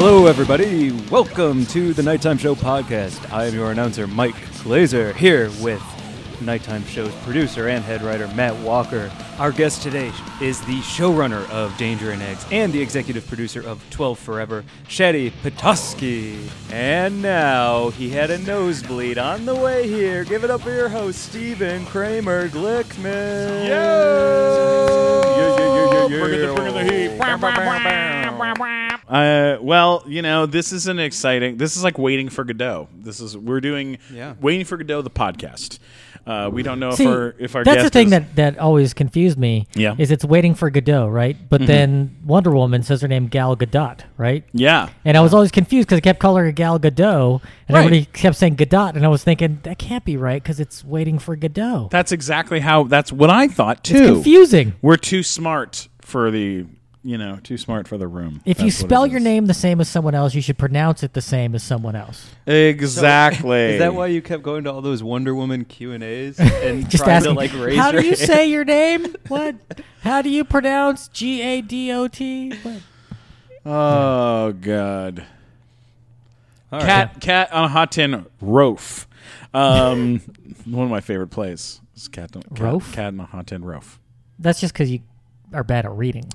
Hello, everybody. Welcome to the Nighttime Show podcast. I am your announcer, Mike Glazer, here with Nighttime Show's producer and head writer, Matt Walker. Our guest today is the showrunner of Danger and Eggs and the executive producer of 12 Forever, Shadi Petoski. And now he had a nosebleed on the way here. Give it up for your host, Steven Kramer Glickman. Yo! Bring it the- bring it the heat. Uh, well, you know, this is an exciting. This is like waiting for Godot. This is we're doing Yeah. waiting for Godot the podcast. Uh, we don't know See, if our if our that's the guest thing is- that, that always confused me. Yeah. Mm-hmm. is it's waiting for Godot, right? But then Wonder Woman says her name Gal Gadot, right? yeah And I was always confused because I kept calling her Gal Gadot, and Right. everybody kept saying Gadot, and I was thinking that can't be right because it's waiting for Godot. that's exactly how that's what I thought too. it's confusing. We're too smart for the you know too smart for the room. If you That's what it spell your is. name the same as someone else, you should pronounce it the same as someone else. exactly, Is that why you kept going to all those Wonder Woman Q and A's and Just trying ask to me, like raise how your do you hand? say your name? What? How do you pronounce G A D O T? What? Oh God. All Cat Cat on a Hot Tin Rofe. Um, one of my favorite plays is Cat on, Cat, Rofe? Cat on a Hot Tin Rofe. That's just because you are bad at reading.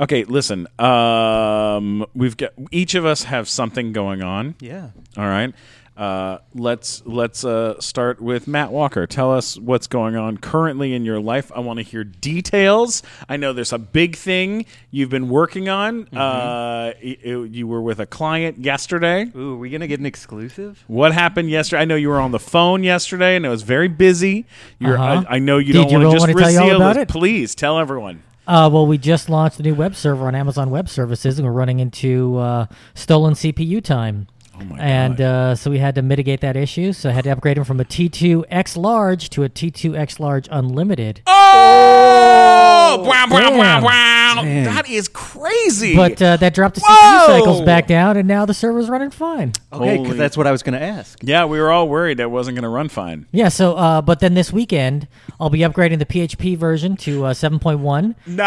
Okay, listen. Um, we've got each of us have something going on. Yeah. All right. Uh, let's let's uh, start with Matt Walker. Tell us what's going on currently in your life. I want to hear details. I know there's a big thing you've been working on. Mm-hmm. Uh, y- y- you were with a client yesterday. Ooh, are we gonna get an exclusive? What happened yesterday? I know you were on the phone yesterday, and it was very busy. You're, Uh-huh. I, I know you Did don't you want to really just wanna tell you all reveal about this. it? Please tell everyone. Uh, well, we just launched a new web server on Amazon Web Services, and we're running into uh, stolen CPU time. Oh my and God. uh, so we had to mitigate that issue. So I had to upgrade them from a T2X large to a T2X large unlimited. Oh, wow, Damn. wow, wow. That is crazy. But uh, that dropped the CPU Whoa! cycles back down, and now the server's running fine. Okay, because Holy- that's what I was gonna ask. yeah, we were all worried that wasn't going to run fine. Yeah. So, uh, but then this weekend I'll be upgrading the PHP version to uh, 7.1. and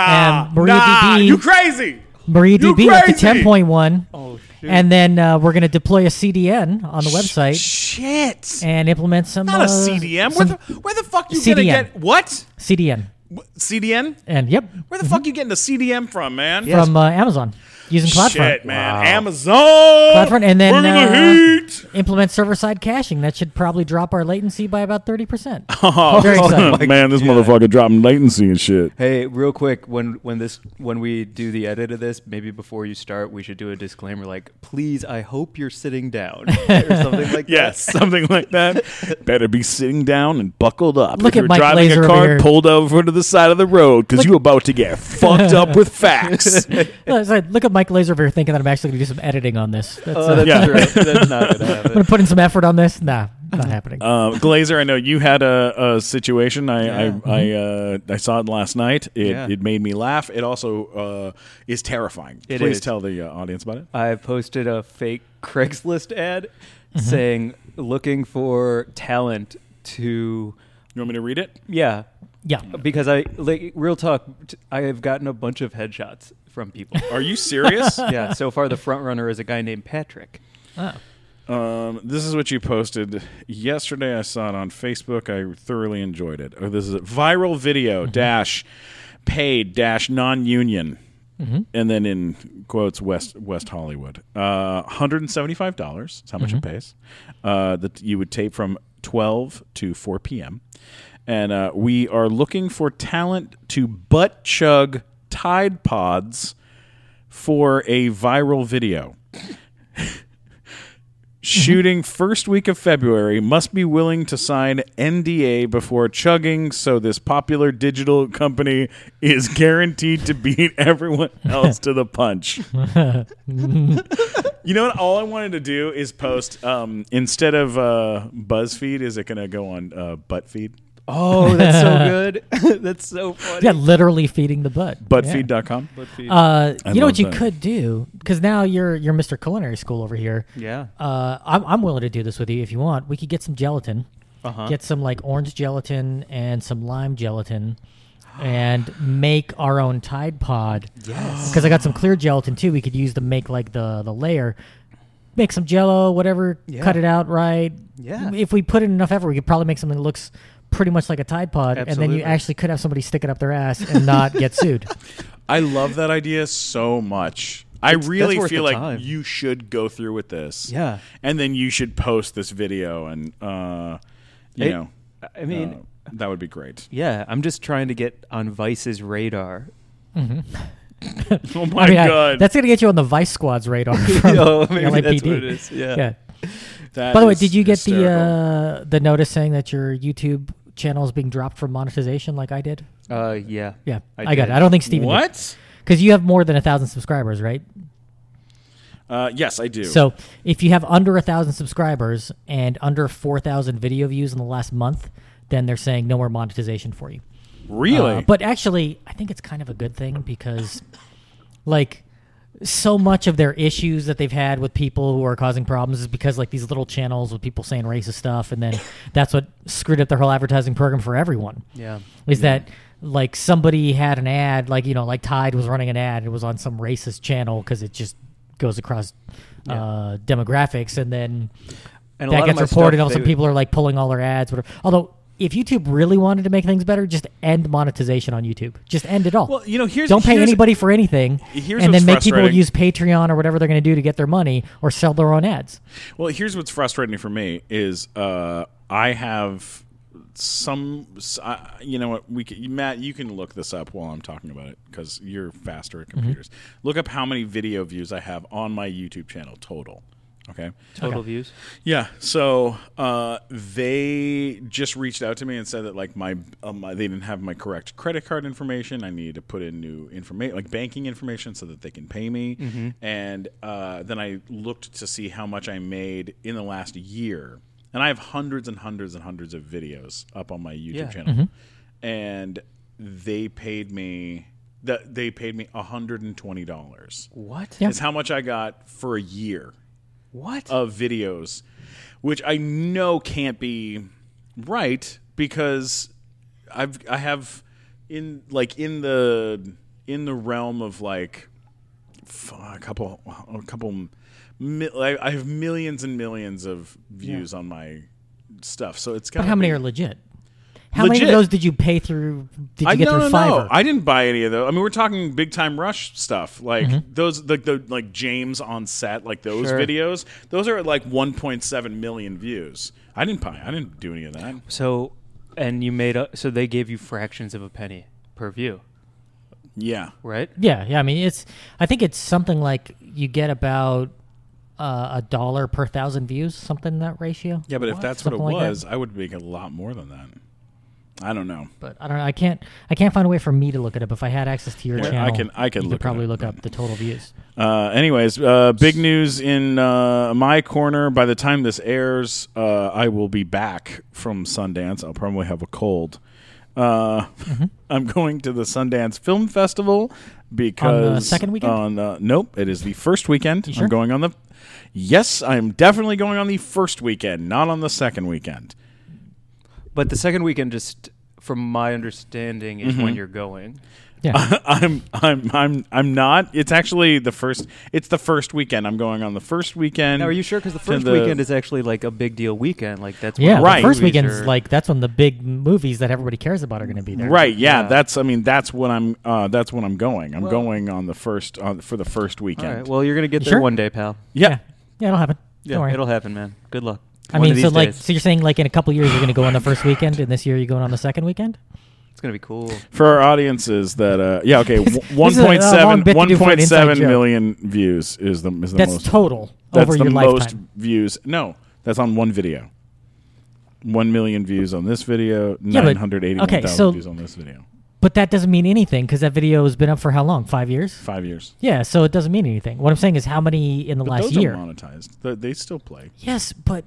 MariaDB crazy. MariaDB up to crazy! 10.1. Oh, and then uh, we're going to deploy a CDN on the website. Shit. and implement some Not uh, a CDM. Where some the, where the fuck you going to CDN. get? What? CDN. What- CDN? And yep, Where the fuck you getting the CDM from, man? Yes. from uh, Amazon using CloudFront. Shit, man. Amazon. CloudFront, and then Bring the uh, heat. implement server-side caching. That should probably drop our latency by about thirty percent. Oh, Very excited. man, this motherfucker dropping latency and shit. Hey, real quick, when when this when we do the edit of this, maybe before you start, we should do a disclaimer like, please, I hope you're sitting down or something like Yes, something like that. Better be sitting down and buckled up. Look if at you're Mike driving Glazer a over car, here. pulled over to the side of the road because you're about to get fucked up with facts. No, it's like, Look at Mike Laser over here thinking that I'm actually going to do some editing on this. That's, that. uh, Oh, that's Yeah. true. That's not gonna I'm happen. going to put in some effort on this. Nah, not happening. Uh, Glazer, I know you had a, a situation. I Yeah. mm-hmm. I I, uh, I saw it last night. It, Yeah. it made me laugh. It also uh, is terrifying. It Please is. tell the uh, audience about it. I posted a fake Craigslist ad Mm-hmm. saying looking for talent to You want me to read it? yeah yeah. because I like real talk t- I have gotten a bunch of headshots from people. Are you serious? yeah, so far the front runner is a guy named Patrick. Oh. Um, this is what you posted yesterday. I saw it on Facebook. I thoroughly enjoyed it. Oh, this is a viral video dash paid dash non union, and then in quotes West West Hollywood. Uh, One hundred and seventy five dollars. Is how much it pays. Uh, that you would tape from twelve to four p.m. And uh, we are looking for talent to butt chug Tide Pods for a viral video shooting first week of February must be willing to sign NDA before chugging so this popular digital company is guaranteed to beat everyone else to the punch. you know what all I wanted to do is post um, instead of uh, BuzzFeed is it going to go on uh, ButtFeed? Oh, that's so good. that's so funny. Yeah, literally feeding the butt. Yeah. Buttfeed.com. Uh, you know love what you that. could do because now you're you're Mr. Culinary School over here. Yeah. Uh, I'm, I'm willing to do this with you if you want. We could get some gelatin, Uh-huh. get some like orange gelatin and some lime gelatin, and make our own Tide Pod. Yes. Because I got some clear gelatin too. We could use to make like the the layer. Make some jello, whatever, Yeah. cut it out right. Yeah. If we put in enough effort, we could probably make something that looks pretty much like a Tide Pod. And then Absolutely. you actually could have somebody stick it up their ass and not get sued. I love that idea so much. I It's- really that's worth feel the like time. you should go through with this. Yeah. And then you should post this video and uh you It- know. I mean, uh, that would be great. yeah, I'm just trying to get on Vice's radar. Oh my I mean, I- god. that's going to get you on the Vice Squad's radar. From Yo, maybe that's LAPD. what it is, yeah. That By the way, is did you get hysterical. the uh, the notice saying that your YouTube channel is being dropped for monetization, like I did? Uh, yeah. Yeah, I, did. got it. I don't think Steven What? because you have more than a thousand subscribers, right? Uh, yes, I do. So if you have under a thousand subscribers and under four thousand video views in the last month, then they're saying no more monetization for you. really, Uh, but actually, I think it's kind of a good thing because, like, so much of their issues that they've had with people who are causing problems is because like these little channels with people saying racist stuff, and then that's what screwed up their whole advertising program for everyone. Yeah. Is that like somebody had an ad, like you know, like Tide was running an ad, it was on some racist channel because it just goes across uh, demographics, and then And a lot that of gets my reported. stuff, and all of a they sudden would- people are like pulling all their ads. Whatever. Although, if YouTube really wanted to make things better, just end monetization on YouTube. Just end it all. Well, you know, here's- don't pay here's- anybody for anything, Here's and what's then make people frustrating. use Patreon or whatever they're going to do to get their money or sell their own ads. well, here's what's frustrating for me is uh, I have some. s- I- you know what? We can, Matt, you can look this up while I'm talking about it because you're faster Mm-hmm. at computers. Look up how many video views I have on my YouTube channel total. Okay. Total views. Yeah. So uh, they just reached out to me and said that like my, um, my they didn't have my correct credit card information. I needed to put in new information, like banking information, so that they can pay me. And uh, then I looked to see how much I made in the last year, and I have hundreds and hundreds and hundreds of videos up on my YouTube Yeah. channel, and they paid me. That they paid me hundred and twenty dollars. What? Yeah. Is how much I got for a year What? of videos, which I know can't be right because I've I have in like in the in the realm of like f- a couple a couple mi- I I have millions and millions of views on my stuff, so it's got But how many are legit? How many Legit. of those did you pay through? Did you I get no, through no, Fiverr? no. I didn't buy any of those. I mean, we're talking big time rush stuff, like Mm-hmm. those, like the like James on set, like those Sure. videos. Those are at like 1.7 million views. I didn't buy. I didn't do any of that. So, and you made up. So they gave you fractions of a penny per view, Yeah, right? Yeah, yeah. I mean, it's. I think it's something like you get about uh, a dollar per thousand views, something in that ratio. yeah. But if What? that's what it Something like that. was, I would make a lot more than that. I don't know. but I don't know. I can't. I can't find a way for me to look it up. If I had access to your Yeah, I channel, can- I can you look it could probably up, look but- up the total views. Uh, anyways, uh, big news in uh, my corner. By the time this airs, uh, I will be back from Sundance. I'll probably have a cold. Uh, I'm going to the Sundance Film Festival because second weekend? On uh, nope, it is the first weekend. sure? I'm going on the. Yes, I'm definitely going on the first weekend, not on the second weekend. But the second weekend, just from my understanding, is when you're going. Yeah, I'm I'm I'm I'm not. It's actually the first. It's the first weekend. I'm going on the first weekend. Now, are you sure? Because the to first weekend is actually like a big deal weekend. Like that's yeah. when Right. The first movies weekend's are- like that's when the big movies that everybody cares about are going to be there. Right. Yeah, Yeah. That's. I mean. That's what I'm. Uh, that's when I'm going. I'm Well- going on the first on for the first All weekend. right. Well, you're gonna get You there sure? one day, pal. yeah. Yeah, yeah. It'll happen. Don't worry. it'll happen, man. Good luck. I One mean, of so these like, days. so you're saying like in a couple years you're going to go on the first weekend, and this year you're going on the second weekend? it's gonna be cool. For our audiences that. Uh, yeah. Okay. This- w- this is a- a long 1.7 bit to do for an inside 1.7 joke. million views is the is the That's most. total that's over the your most lifetime. views. No, that's on one video. One million views on this video. Yeah, but- Nine hundred eighty-one thousand okay, so- views on this video. But that doesn't mean anything because that video has been up for how long? Five years. Five years. Yeah, so it doesn't mean anything. What I'm saying is how many in the But last those year? are monetized. They, they still play. Yes, but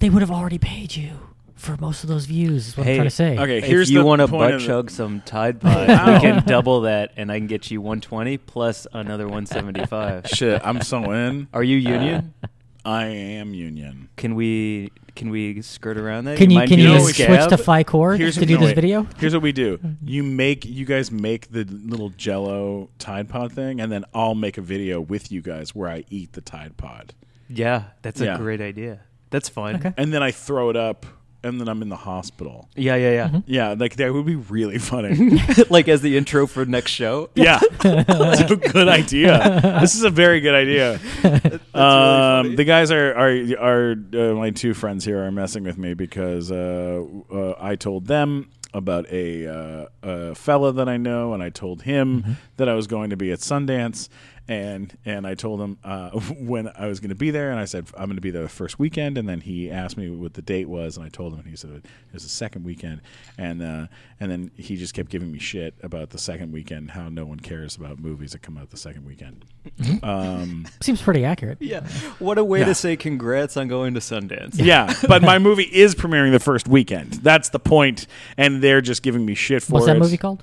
they would have already paid you for most of those views. Is what Hey, I'm trying to say. Okay. If here's you the want to point butt of the- chug some Tide Pod, we Wow. can double that, and I can get you 120 plus another 175. Shit. I'm so in. Are you union? I am union. Can we can we skirt around that? Can you mind can being you a know switch scab? to FICOR to do no, this wait. video? Here's what we do: you make you guys make the little Jello Tide Pod thing, and then I'll make a video with you guys where I eat the Tide Pod, Yeah, that's Yeah. a great idea. That's fun. Okay. and then I throw it up, and then I'm in the hospital. Yeah, yeah, yeah. Mm-hmm. Yeah, like that would be really funny. like as the intro for next show. yeah, that's a good idea. This is a very good idea. um, the guys are are are uh, my two friends here are messing with me because uh, uh, I told them about a, uh, a fella that I know, and I told him that I was going to be at Sundance, and and I told him uh, when I was going to be there, and I said I'm going to be there the first weekend, and then he asked me what the date was, and I told him, and he said it was the second weekend, and uh, and then he just kept giving me shit about the second weekend, how no one cares about movies that come out the second weekend. um, Seems pretty accurate. Yeah. What a way Yeah. to say congrats on going to Sundance. Yeah, but my movie is premiering the first weekend. That's the point, and they're just giving me shit for What's it. that movie called?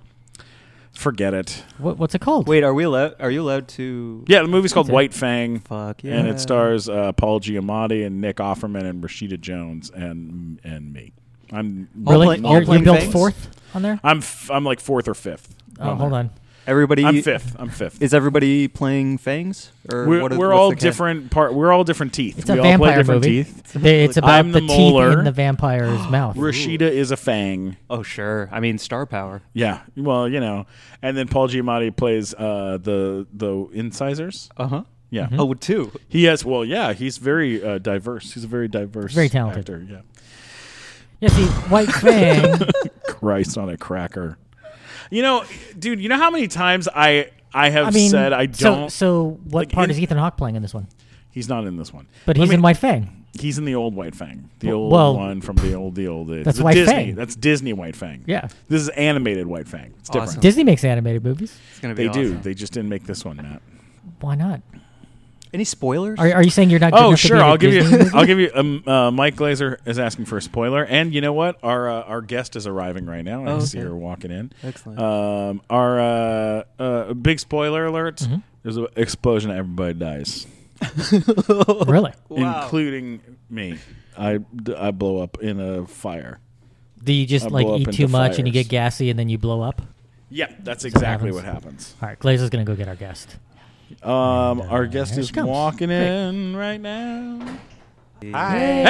Forget it. What, what's it called? Wait, are we allowed are you allowed to Yeah, the movie's called Okay. White Fang, fuck yeah. and it stars uh, Paul Giamatti and Nick Offerman and Rashida Jones and and me. I'm All really? playing- all You're- you playing built things? fourth on there? I'm f- I'm like fourth or fifth. Oh, hold on. everybody I'm fifth. I'm fifth. Is everybody playing fangs? Or we're what are- we're what's all the kind- different part. We're all different teeth. It's we a all play vampire different movie. teeth. They- It's about I'm the, the teeth molar. in the vampire's mouth. Rashida is a fang. Oh sure. I mean star power. Yeah. Well, you know. And then Paul Giamatti plays uh, the the incisors. Uh-huh. Yeah. Mm-hmm. Oh two. He has. Well, yeah. He's very uh, diverse. He's a very diverse. Very talented. Actor, yeah. Yeah, see, White Fang. Christ on a cracker. You know, dude. You know how many times I I have I mean, said I so- don't. So, what like, part in- is Ethan Hawke playing in this one? he's not in this one. But Let he's me- in White Fang. He's in the old White Fang. The old well, one from the old the old. that's the White Disney. Fang. That's Disney White Fang. Yeah. This is animated White Fang. It's different. Awesome. Disney makes animated movies. It's gonna be They do. awesome. They just didn't make this one, Matt. Why not? Any spoilers? Are, are you saying you're not? Good Oh enough to be sure, in a I'll give Disney you. movie? I'll give you. Um, uh, Mike Glazer is asking for a spoiler, and you know what? Our uh, our guest is arriving right now. I Oh, see okay. her walking in. Excellent. Um, our uh, uh, big spoiler alert: Mm-hmm. there's an explosion. Everybody dies, Oh, really? including me. I, d- I blow up in a fire. Do you just I'll like blow up eat into too much and you fires. get gassy and then you blow up? Yeah, that's what exactly what happens. All right, Glazer's gonna go get our guest. Um, our guest uh, here is she comes. walking Great. in right now. Hi. Hey!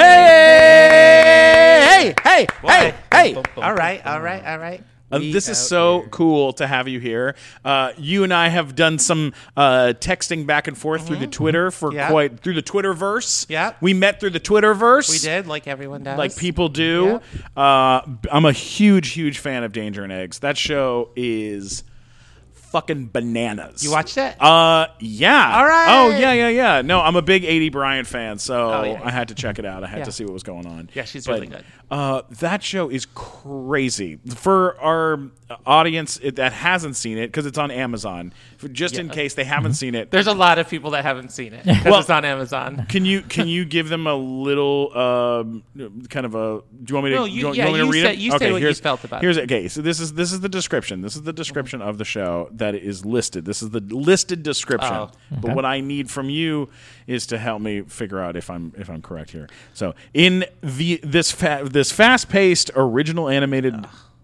Hey! Hey! Hey! Hey! All right, all right, all right. Uh, We this is out so here. cool to have you here. Uh, you and I have done some uh, texting back and forth through the Twitter for Mm-hmm. Yeah. quite through the Twitterverse. Yeah. we met through the Twitterverse. We did, like everyone does. like people do. Uh, b- I'm a huge, huge fan of Danger and Eggs. That show is fucking bananas. You watched it? Uh, yeah. All right. Oh yeah, yeah, yeah. No, I'm a big '80 Bryant fan, so Oh, yeah. I had to check it out. I had Yeah. to see what was going on. Yeah, she's But, really good. Uh, that show is crazy for our audience that hasn't seen it because it's on Amazon. For- Just in case they haven't seen it, Mm-hmm. There's a lot of people that haven't seen it because Well- it's on Amazon. can you can you give them a little um, kind of a? Do you want me to? No, do you- you, want- yeah, want me to you read say- it? you say okay, what you here's, felt about it. here's okay. So this is this is the description. This is the description of the show that is listed. This is the listed description. Oh. But what I need from you is to help me figure out if I'm if I'm correct here. So in the this fa- this fast paced original animated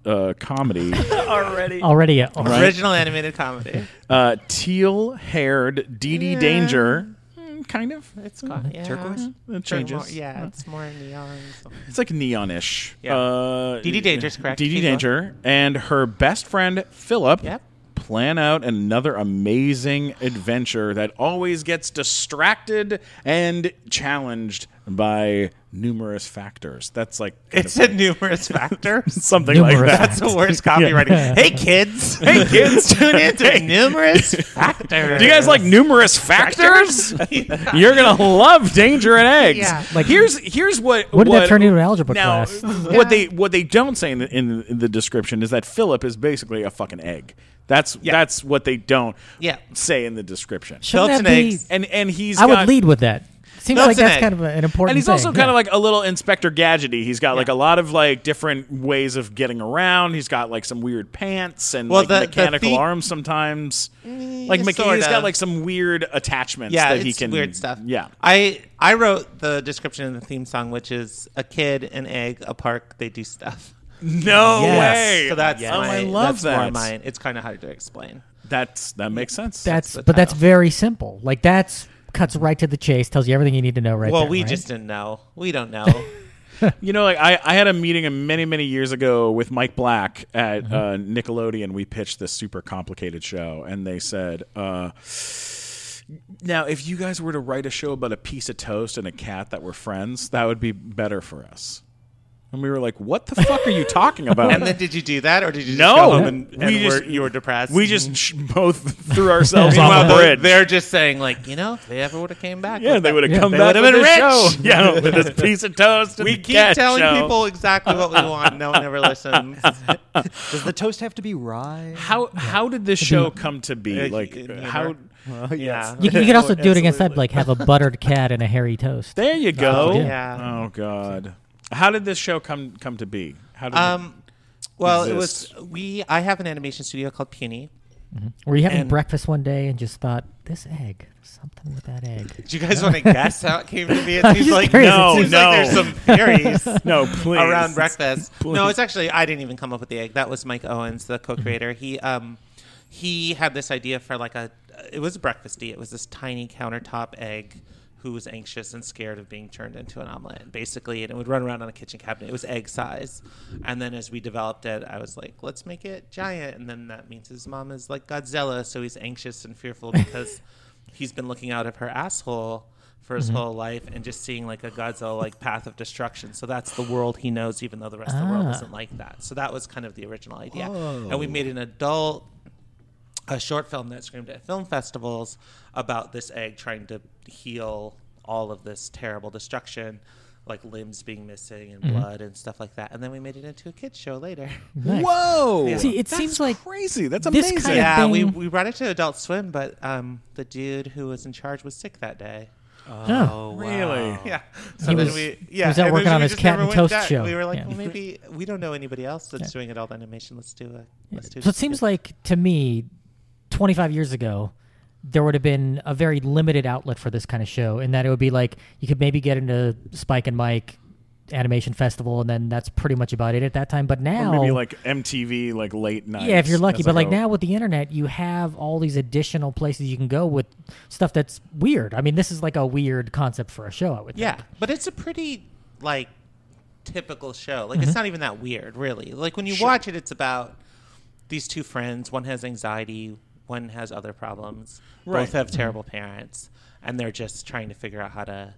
uh, comedy. Already. Already, a, Original animated comedy. Uh, teal haired Dee Dee Danger. Mm, Kind of. Hmm, It's called yeah. turquoise? It Turn changes. More, yeah, it's more neon. so- It's like neonish. Yeah. Uh, DD Danger's correct. DD Keep Danger and her best friend Philip Yep. plan out another amazing adventure that always gets distracted and challenged by numerous factors. That's like kind It's of a numerous factor. something like Numerous. that. That's the worst copywriting. hey kids. Hey kids. Tune in to numerous factors. Do you guys like numerous factors? You're gonna love Danger and Eggs. Yeah. Like Like- here's here's what. What did that turn into an algebra now, uh, class? What they what they don't say in the, in, the description is that Philip is basically a fucking egg. That's Yeah. that's what they don't Yeah. say in the description. Shouldn't Phillips that and be- eggs. And and he's I would got- lead with that. Seems No, like it's an that's egg. kind of a- an important. And he's thing. also kind yeah. of like a little Inspector Gadgety. He's got like a lot of like different ways of getting around. He's got like some weird pants and Well, like the- the mechanical feet- arms sometimes. Like McKee, yeah, he's sorta. got like some weird attachments yeah, that it's he can weird stuff. Yeah, I I wrote the description in the theme song, which is a kid, an egg, a park. They do stuff. no way. So that's oh, my, I love that's that. More mine. It's kind of hard to explain. That's that makes sense. that's, the but that's title. very simple. Like that's cuts right to the chase. Tells you everything you need to know right. well, there, we right? just didn't know. We don't know. You know, like I, I had a meeting many, many years ago with Mike Black at uh, Nickelodeon. We pitched this super complicated show, and they said, uh, "Now, if you guys were to write a show about a piece of toast and a cat that were friends, that would be better for us." And we were like, "What the fuck are you talking about?" and then did you do that, or did you just No. go home and, We and just- were, you were depressed? we just sh- both threw ourselves on Meanwhile, the they- bridge. They're just saying like, you know, if they ever would have came back. yeah, with they that- would have Yeah. come They back would've with been this rich. show. Yeah, with this piece of toast. And We a keep cat telling show. people exactly what we want. No one ever listens. Does the toast have to be rye? how how did this show come to be? Uh, Like you know. how. yeah. You, you could also do it against that, like have a buttered cat and a hairy toast. There you go. yeah. Yeah. Oh God. How did this show come come to be? How did Um, well, Exists. it was we. I have an animation studio called Puny. Were you having And- breakfast one day and just thought this egg, something with that egg? Do you guys want to guess how it came to be? It I'm seems just like curious. No, it seems no. like there's some theories it? no, please. around breakfast. No, Please. Mm-hmm. it's actually I didn't even come up with the egg. That was Mike Owens, the co-creator. He um he had this idea for like a it was a breakfasty. It was this tiny countertop egg who was anxious and scared of being turned into an omelet, basically, and it would run around on a kitchen cabinet. It was egg size, and then as we developed it, I was like, let's make it giant, and then that means his mom is like Godzilla, so he's anxious and fearful because he's been looking out of her asshole for Mm-hmm. his whole life and just seeing like a Godzilla like path of destruction. So that's the world he knows, even though the rest of the world Ah. Oh. isn't like that. So that was kind of the original idea. And we made an adult a short film that screamed at film festivals about this egg trying to heal all of this terrible destruction, like limbs being missing Mm-hmm. and blood and stuff like that. And then we made it into a kids show later. Nice. Whoa. See, it That's seems like crazy. That's this amazing. kind of- Yeah, we, thing- we brought it to Adult Swim, but um, the dude who was in charge was sick that day. oh, Really? Yeah. So He then was- we he yeah, was out and working then on we his just Cat never and went Toast back. show. We were like, Yeah. well, maybe we don't know anybody else that's doing adult animation. Let's do a let's do. So it seems like to me, 25 years ago, there would have been a very limited outlet for this kind of show, in that it would be like you could maybe get into Spike and Mike animation festival, and then that's pretty much about it at that time. But now, Or maybe like MTV, like late night. yeah, if you're lucky. That's But like a- now with the internet, you have all these additional places you can go with stuff that's weird. I mean, this is like a weird concept for a show. I would think. yeah, but it's a pretty like typical show. Like Mm-hmm. it's not even that weird, really. Like when you watch it, it's about these two friends. One has anxiety. One has other problems. Right. Both Mm-hmm. have terrible parents, and they're just trying to figure out how to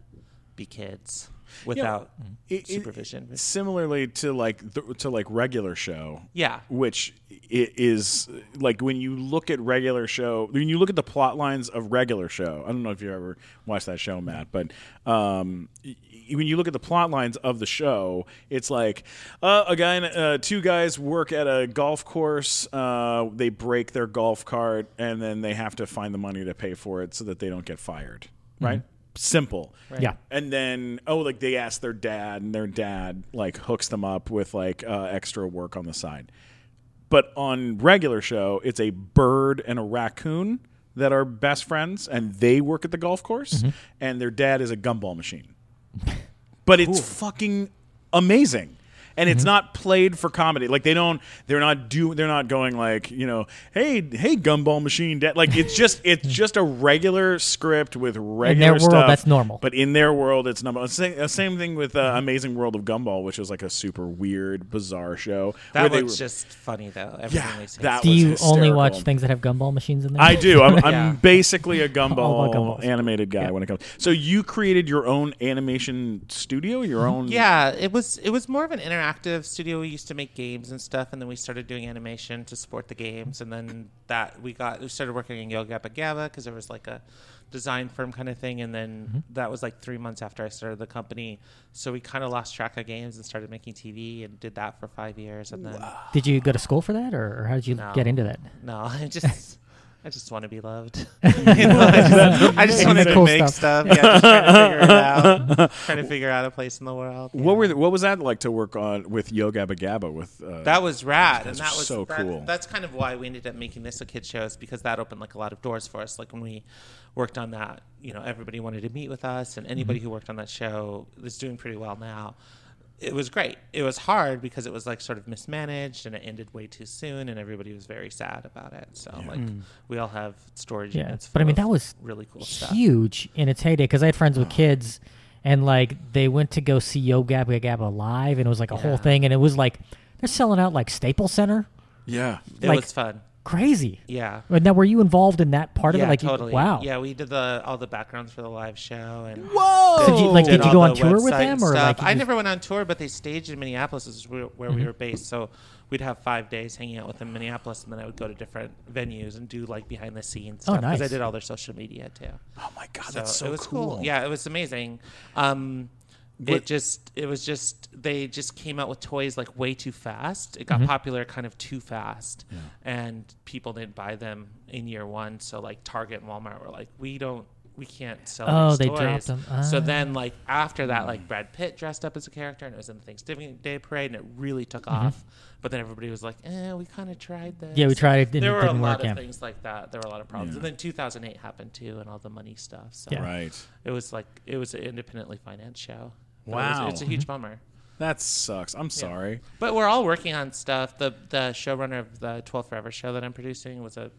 be kids without mm-hmm. It- it- supervision. similarly to like th- to like regular show. Yeah. Which i- is like when you look at regular show, when you look at the plot lines of regular show. I don't know if you ever watched that show, Matt, but um, y- y- when you look at the plot lines of the show, it's like uh, a guy, and, uh, two guys work at a golf course. Uh, they break their golf cart, and then they have to find the money to pay for it so that they don't get fired. Right. Simple. Yeah. And then oh, like they ask their dad, and their dad like hooks them up with like uh, extra work on the side. But on regular show, it's a bird and a raccoon that are best friends, and they work at the golf course, Mm-hmm. and their dad is a gumball machine. But it's fucking amazing. And Mm-hmm. it's not played for comedy. Like they don't, they're not do, they're not going like you know, hey, hey, gumball machine, dad. Like it's just, it's just a regular script with regular Mm-hmm. world, stuff, that's normal. Mm-hmm. But in their world, it's normal. Same, same thing with uh, Amazing World of Gumball, which was like a super weird, bizarre show. where That they was were- just funny though. Everything yeah, they say that Do was you only hysterical. watch things that have gumball machines in them? I do. I'm, I'm Yeah. basically a gumball, about gumballs. animated guy when it comes. So you created your own animation studio, your own. Yeah, it was it was more of an interactive studio. We used to make games and stuff, and then we started doing animation to support the games. And then that we got we started working in Yo Gabba Gabba because there was like a design firm kind of thing. And then that was like three months after I started the company, so we kind of lost track of games and started making TV and did that for five years. And then Did you go to school for that, or, or how did you No. get into that? no, I just I just want to be loved. You know, I just, I just And want to cool make stuff. stuff. Yeah, just trying to figure it out. trying to figure out a place in the world. What were the, what was that like to work on with Yo Gabba Gabba with uh, That was rad, and That's that was so that- cool. That's kind of why we ended up making this a kid show is because that opened like a lot of doors for us. Like when we worked on that, you know, everybody wanted to meet with us, and anybody Mm-hmm. who worked on that show is doing pretty well now. It was great. It was hard because it was like sort of mismanaged, and it ended way too soon, and everybody was very sad about it. So like we all have storage Mm. Yeah, units. but I full mean, of that was really cool stuff. huge in its heyday because I had friends with kids, and like they went to go see Yo Gabba Gabba live, and it was like a Yeah. whole thing, and it was like they're selling out like Staples Center, yeah It like- was fun. crazy. Yeah. And now, were you involved in that part yeah, of it? Like, you- totally. wow. Yeah, we did the all the backgrounds for the live show and whoa Did you, like, did did you all go on the tour with website and them, or like stuff. you I just- Mm-hmm. never went on tour, but they staged in Minneapolis, is where, where we were based. So we'd have five days hanging out with them in Minneapolis, and then I would go to different venues and do like behind the scenes Oh, stuff because I nice. did all their social media too. oh my god So that's so it was cool. cool. Yeah, it was amazing. Um, What- it just it was just they just came out with toys like way too fast. It got Mm-hmm. popular kind of too fast, and people didn't buy them in year one. So like Target and Walmart were like, we don't. We can't sell. Oh, these they toys." dropped Oh. them. So Ah. then, like after that, like Brad Pitt dressed up as a character, and it was in the Thanksgiving Day parade, and it really took off. But then everybody was like, "Eh, we kind of tried this." Mm-hmm. Yeah, we tried it, and there it were didn't a work lot of out. things like that. There were a lot of problems, and then 2008 happened too, and all the money stuff. So Yeah. right it was like it was an independently financed show. It was- Wow. it's a huge bummer. that sucks I'm sorry But we're all working on stuff. The the showrunner of the 12 Forever show that I'm producing was a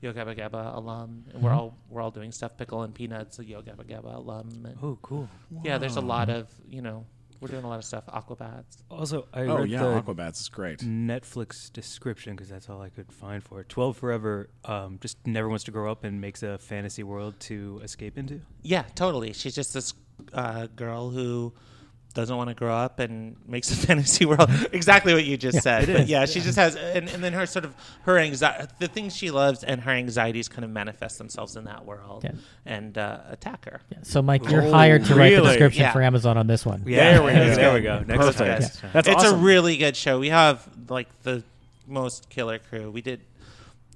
Yo Gabba Gabba alum. And Mm-hmm. We're all we're all doing stuff. Pickle and Peanuts, a Yo Gabba Gabba alum. And Oh, cool. Yeah, there's a lot of you know we're doing a lot of stuff. Aquabats. Also, I oh read yeah the Mm. Aquabats is great Netflix description because that's all I could find for it. Twelve Forever um, just never wants to grow up and makes a fantasy world to escape into. Yeah, totally. She's just this uh, girl who doesn't want to grow up and makes a fantasy world. exactly what you just said. But yeah, she just has, and, and then her sort of her anxiety, the things she loves, and her anxieties kind of manifest themselves in that world Yeah. and uh, attack her. Yeah, So, Mike, you're Oh, hired to write the really? description Yeah. for Amazon on this one. There we go. There we go. Next Perfect. time. Yes. That's it's awesome. a really good show. We have like the most killer crew. We did.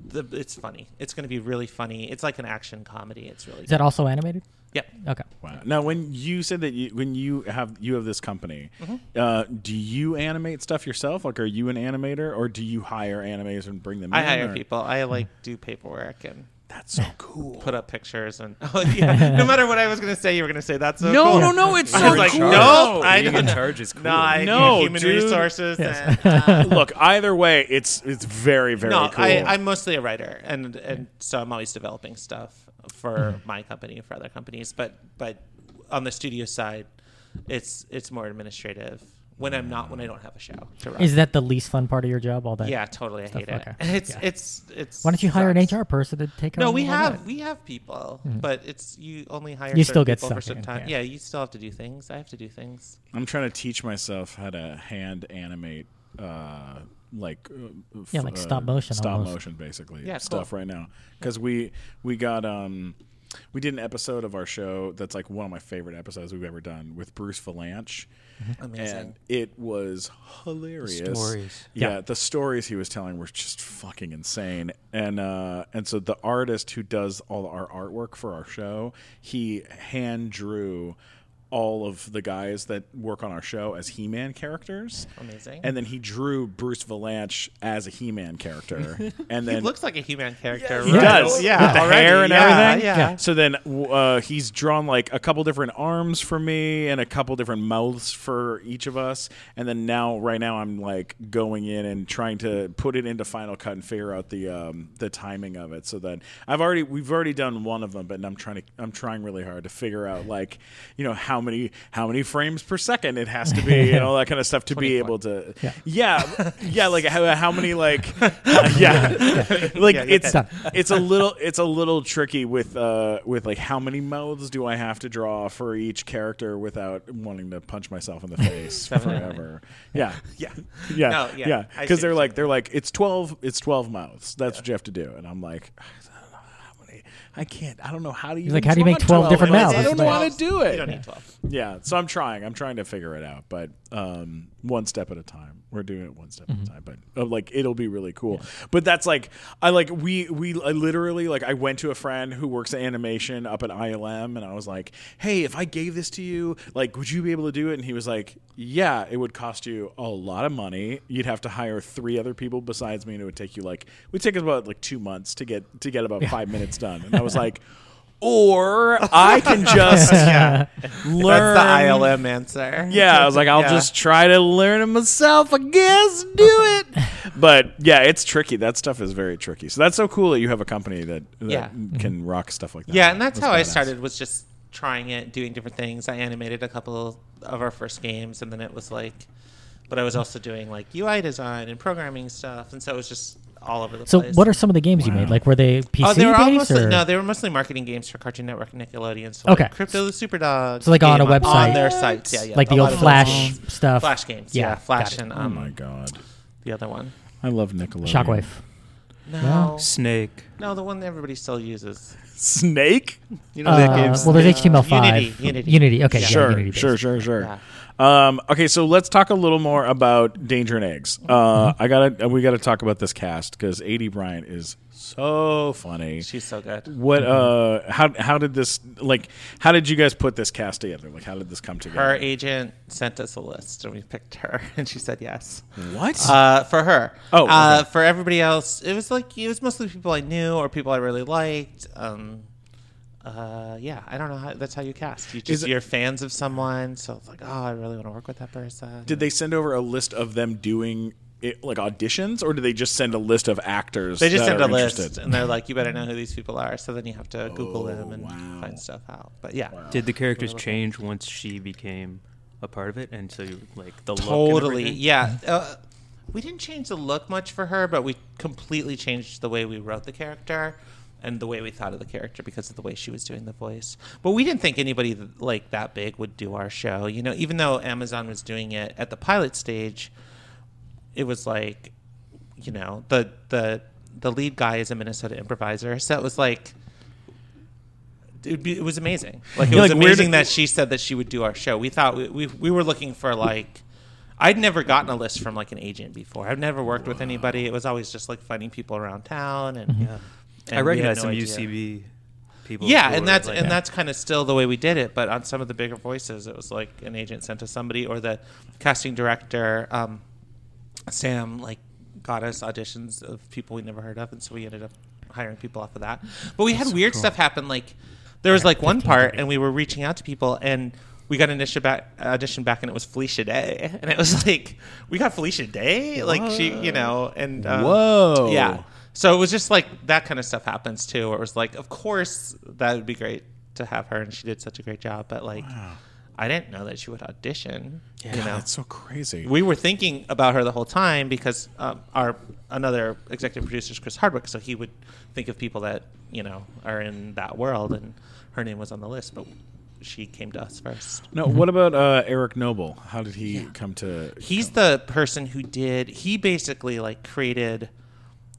The, it's funny. It's going to be really funny. It's like an action comedy. It's really Is that also animated? yep. Okay. wow now when you said that you when you have you have this company Mm-hmm. uh, do you animate stuff yourself like are you an animator or do you hire animators and bring them I in hire or- people. I like do paperwork and that's so cool put up pictures and oh yeah. no matter what I was gonna say, you were gonna say that's so no cool. no no it's I so was like, cool no, I Being in don't. charge is cool. No, I, No, human dude. resources. And, uh, look either way it's it's very very no, cool I, I'm mostly a writer, and and so I'm always developing stuff for my company and for other companies. But but on the studio side, it's it's more administrative when I'm not when I don't have a show to run. Is that the least fun part of your job? All that? yeah, totally. I hate it. okay. It's Yeah. it's it's. Why don't you hire an sucks. HR person to take? No, over we all have that? we have people, but it's you only hire. You certain still get people for stuck certain in, time. Yeah. yeah. you still have to do things. I have to do things. I'm trying to teach myself how to hand animate, uh, like uh, f- Yeah, like uh, stop motion stop almost. motion, basically. Yeah, stuff cool. right now because we we got um we did an episode of our show that's like one of my favorite episodes we've ever done with Bruce Valanche, and Amazing. it was hilarious. stories. yeah, the stories he was telling were just fucking insane. And uh, and so the artist who does all our artwork for our show, he hand drew all of the guys that work on our show as He-Man characters. Amazing. And then he drew Bruce Valanche as a He-Man character. and then He looks like a human character. he right? does, yeah, with the already. hair and Yeah, everything. Yeah. So then w- uh, he's drawn like a couple different arms for me and a couple different mouths for each of us. And then now, right now, I'm like going in and trying to put it into Final Cut and figure out the um, the timing of it. So then I've already we've already done one of them, but I'm trying to I'm trying really hard to figure out like you know how many how many frames per second it has to be and all that kind of stuff to be able to yeah yeah, like how, how many like yeah like Yeah, it's okay. it's a little it's a little tricky with uh with like how many mouths do I have to draw for each character without wanting to punch myself in the face forever. Yeah. Yeah. Yeah. No, yeah, yeah. I see Cuz they're what you like they're like it's 12 it's 12 mouths. That's what you have to do. And I'm like I don't know how many. I can't. I don't know how do you. He's like, even how do you make draw 12 different mouths? I mouths? don't know how to do it. You don't need 12. Yeah, so I'm trying. I'm trying to figure it out, but um, one step at a time. We're doing it one step at a time, but uh, like it'll be really cool. But that's like I like we we I literally like I went to a friend who works in animation up at ILM, and I was like, "Hey, if I gave this to you, like, would you be able to do it?" And he was like, "Yeah, it would cost you a lot of money. You'd have to hire three other people besides me, and it would take you like it would take us about like two months to get to get about five minutes done." And I was like. Or I can just learn That's the ILM answer. yeah, I was like, I'll Yeah. just try to learn it myself, I guess, do it. But yeah, it's tricky. That stuff is very tricky. So that's so cool that you have a company that, that Yeah. can rock stuff like that. Yeah, and that's, how I badass. started was just trying it, doing different things. I animated a couple of our first games, and then it was like, but I was also doing like UI design and programming stuff, and so it was just all over the So, place. what are some of the games you made? Like, were they PC Oh, they were all based mostly or no, they were mostly marketing games for Cartoon Network and Nickelodeon. So Okay. like Crypto the Superdog. So, like, on game a on website. their sites. Yeah, yeah. like a the lot old of those Flash games. stuff? Flash games. Yeah, Yeah, Flash got it. and Oh um, my God. the other one. I love Nickelodeon. Shockwave. No, Snake. no, the one that everybody still uses. Snake? You Uh, well, there's HTML5. Unity, Unity. Okay, yeah, sure, Unity-based. sure, sure, sure, Um, okay, so let's talk a little more about Danger and Eggs. Uh, Mm-hmm. I gotta, we gotta talk about this cast because AD Bryant is so funny. She's so good. What? Mm-hmm. Uh, how how did this like? How did you guys put this cast together? Like, how did this come together? Her agent sent us a list, and we picked her, and she said yes. what? Uh, for her. Oh, Uh, okay. for everybody else, it was like it was mostly people I knew or people I really liked. Um, uh, yeah, I don't know. How, that's how you cast. You just it- you're fans of someone, so it's like, oh, I really want to work with that person. did they send over a list of them doing it, like auditions, or did they just send a list of actors? they just that send are a list, interested? Oh, and they're like, "You better know who these people are." So then you have to Google them and wow. find stuff out. But yeah, Did the characters change once she became a part of it? And so, you, like, the look and totally. everything? Yeah, Mm-hmm. uh, we didn't change the look much for her, but we completely changed the way we wrote the character and the way we thought of the character because of the way she was doing the voice. But we didn't think anybody th- like that big would do our show. You know, even though Amazon was doing it at the pilot stage, it was like, you know, the the the lead guy is a Minnesota improviser, so it was like. It'd be, it was amazing. Like it Yeah, was like, where amazing did- that she said that she would do our show. We thought we, we, we were looking for like I'd never gotten a list from like an agent before. I've never worked with anybody. It was always just like finding people around town and yeah. I recognize some UCB people. Yeah, who and are that's like and that. that's kind of still the way we did it. But on some of the bigger voices, it was like an agent sent us somebody, or the casting director um, Sam like got us auditions of people we never heard of, and so we ended up hiring people off of that. But we had weird stuff happen. Like there was like one part, and we were reaching out to people, and we got an audition back, audition back, and it was Felicia Day, and it was like we got Felicia Day, like she, you know, and um, Whoa. yeah. So it was just like that kind of stuff happens too, where it was like, of course, that would be great to have her, and she did such a great job. But like, I didn't know that she would audition. you know, That's so crazy. we were thinking about her the whole time because um, our another executive producer is Chris Hardwick, so he would think of people that you know are in that world, and her name was on the list, but she came to us first. no, what about uh, Eric Noble? How did he come to? He's the person who did. He basically like created.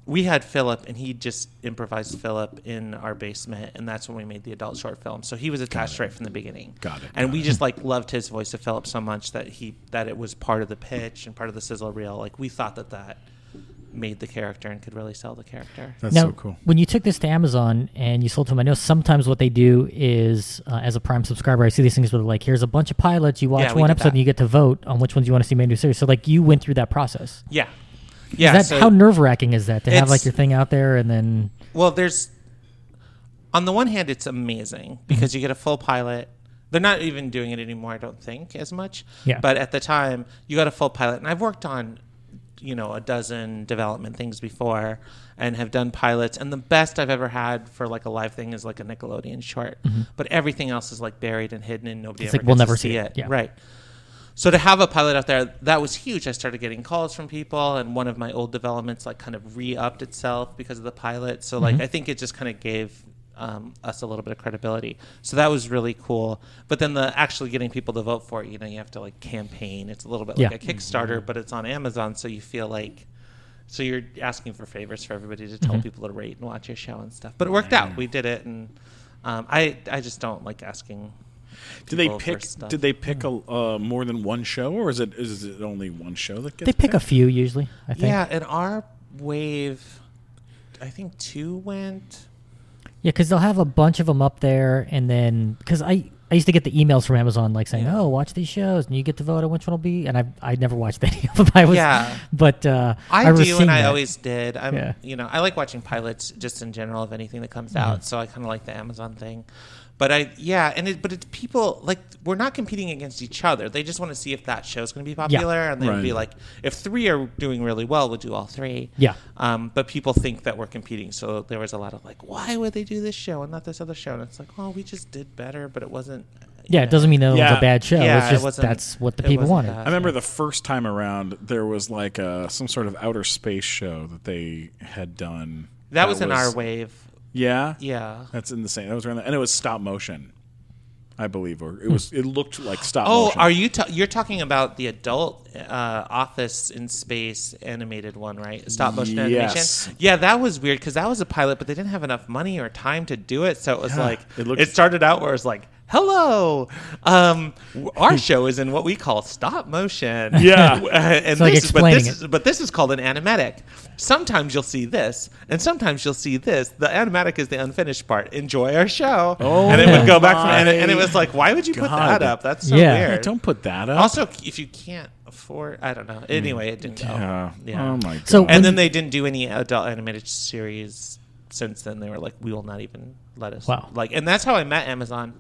We had Philip, and he just improvised Philip in our basement, and that's when we made the adult short film. So he was attached right from the beginning. Got it, And got we it. just like loved his voice of Philip so much that he that it was part of the pitch and part of the sizzle reel. Like we thought that that made the character and could really sell the character. That's now, so cool. when you took this to Amazon and you sold to them, I know sometimes what they do is, uh, as a Prime subscriber, I see these things where they're like, "Here's a bunch of pilots. You watch Yeah, we one did episode, that. and you get to vote on which ones you want to see made into a series." So, like, you went through that process. Yeah. Yeah. Is that so- how nerve wracking is that to have like It's- your thing out there and then Well, there's on the one hand, it's amazing Mm-hmm. because you get a full pilot. They're not even doing it anymore, I don't think, as much. Yeah. But at the time, you got a full pilot, and I've worked on, you know, a dozen development things before, and have done pilots. And the best I've ever had for like a live thing is like a Nickelodeon short, but everything else is like buried and hidden, and nobody Mm-hmm. It's ever like, we'll gets to never see it. Yeah. Right. So to have a pilot out there, that was huge. I started getting calls from people, and one of my old developments like kind of re-upped itself because of the pilot. So Mm-hmm. like I think it just kind of gave um, us a little bit of credibility. So that was really cool. But then the actually getting people to vote for it, you know, you have to like campaign. It's a little bit Yeah. like a Kickstarter, but it's on Amazon, so you feel like so you're asking for favors for everybody to Mm-hmm. tell people to rate and watch your show and stuff. But it worked out. We did it, and um, I I just don't like asking Did they people for pick? stuff. Did they pick a, uh, more than one show, or is it is it only one show that gets? They pick a picked? few usually. I think. Yeah, in our wave, I think two went. Yeah, because they'll have a bunch of them up there, and then because I I used to get the emails from Amazon like saying, Yeah. "Oh, watch these shows, and you get to vote on which one will be." And I I never watched any of them. I was, Yeah. but uh, I, remember do, seeing and I that. always did. I'm, Yeah. Mm-hmm. you know, I like watching pilots just in general of anything that comes out. So I kind of like the Amazon thing, but I, yeah, and it, but it's people like we're not competing against each other. They just want to see if that show's going to be popular, and they'd be Right. like, if three are doing really well, we'll do all three. Yeah. Um, but people think that we're competing, so there was a lot of like, why would they do this show and not this other show? And it's like, oh, we just did better, but it wasn't. Yeah, it doesn't mean that it was Yeah. a bad show. Yeah, it's it just wasn't- that's what the it people wasn't wanted. that. I remember the first time around, there was like a, some sort of outer space show that they had done. That, was in our wave. Yeah, Yeah. That's in the same. That was around, that, and it was stop motion, I believe, or it was. It looked like stop. Hmm. Oh, motion. are you ta- you're talking about the adult uh, office in space animated one, right? Stop motion Yes. animation. Yeah, that was weird because that was a pilot, but they didn't have enough money or time to do it. So it was Yeah, like it it, looked- started out where it's like, "Hello, um, w- our show is in what we call stop motion." Yeah. Uh, and It's like this, is- but explaining this it. is but this is called an animatic. Sometimes you'll see this, and sometimes you'll see this. The animatic is the unfinished part. Enjoy our show, Oh and it would go back from and my it, and it was like, why would you put God. that up? That's so Yeah. weird. Don't put that up. Also, if you can't afford, I don't know. Anyway, it didn't go. yeah. Yeah. Oh my god. So- And then they didn't do any adult animated series since then. They were like, we will not even let us. Wow. Like, and that's how I met Amazon.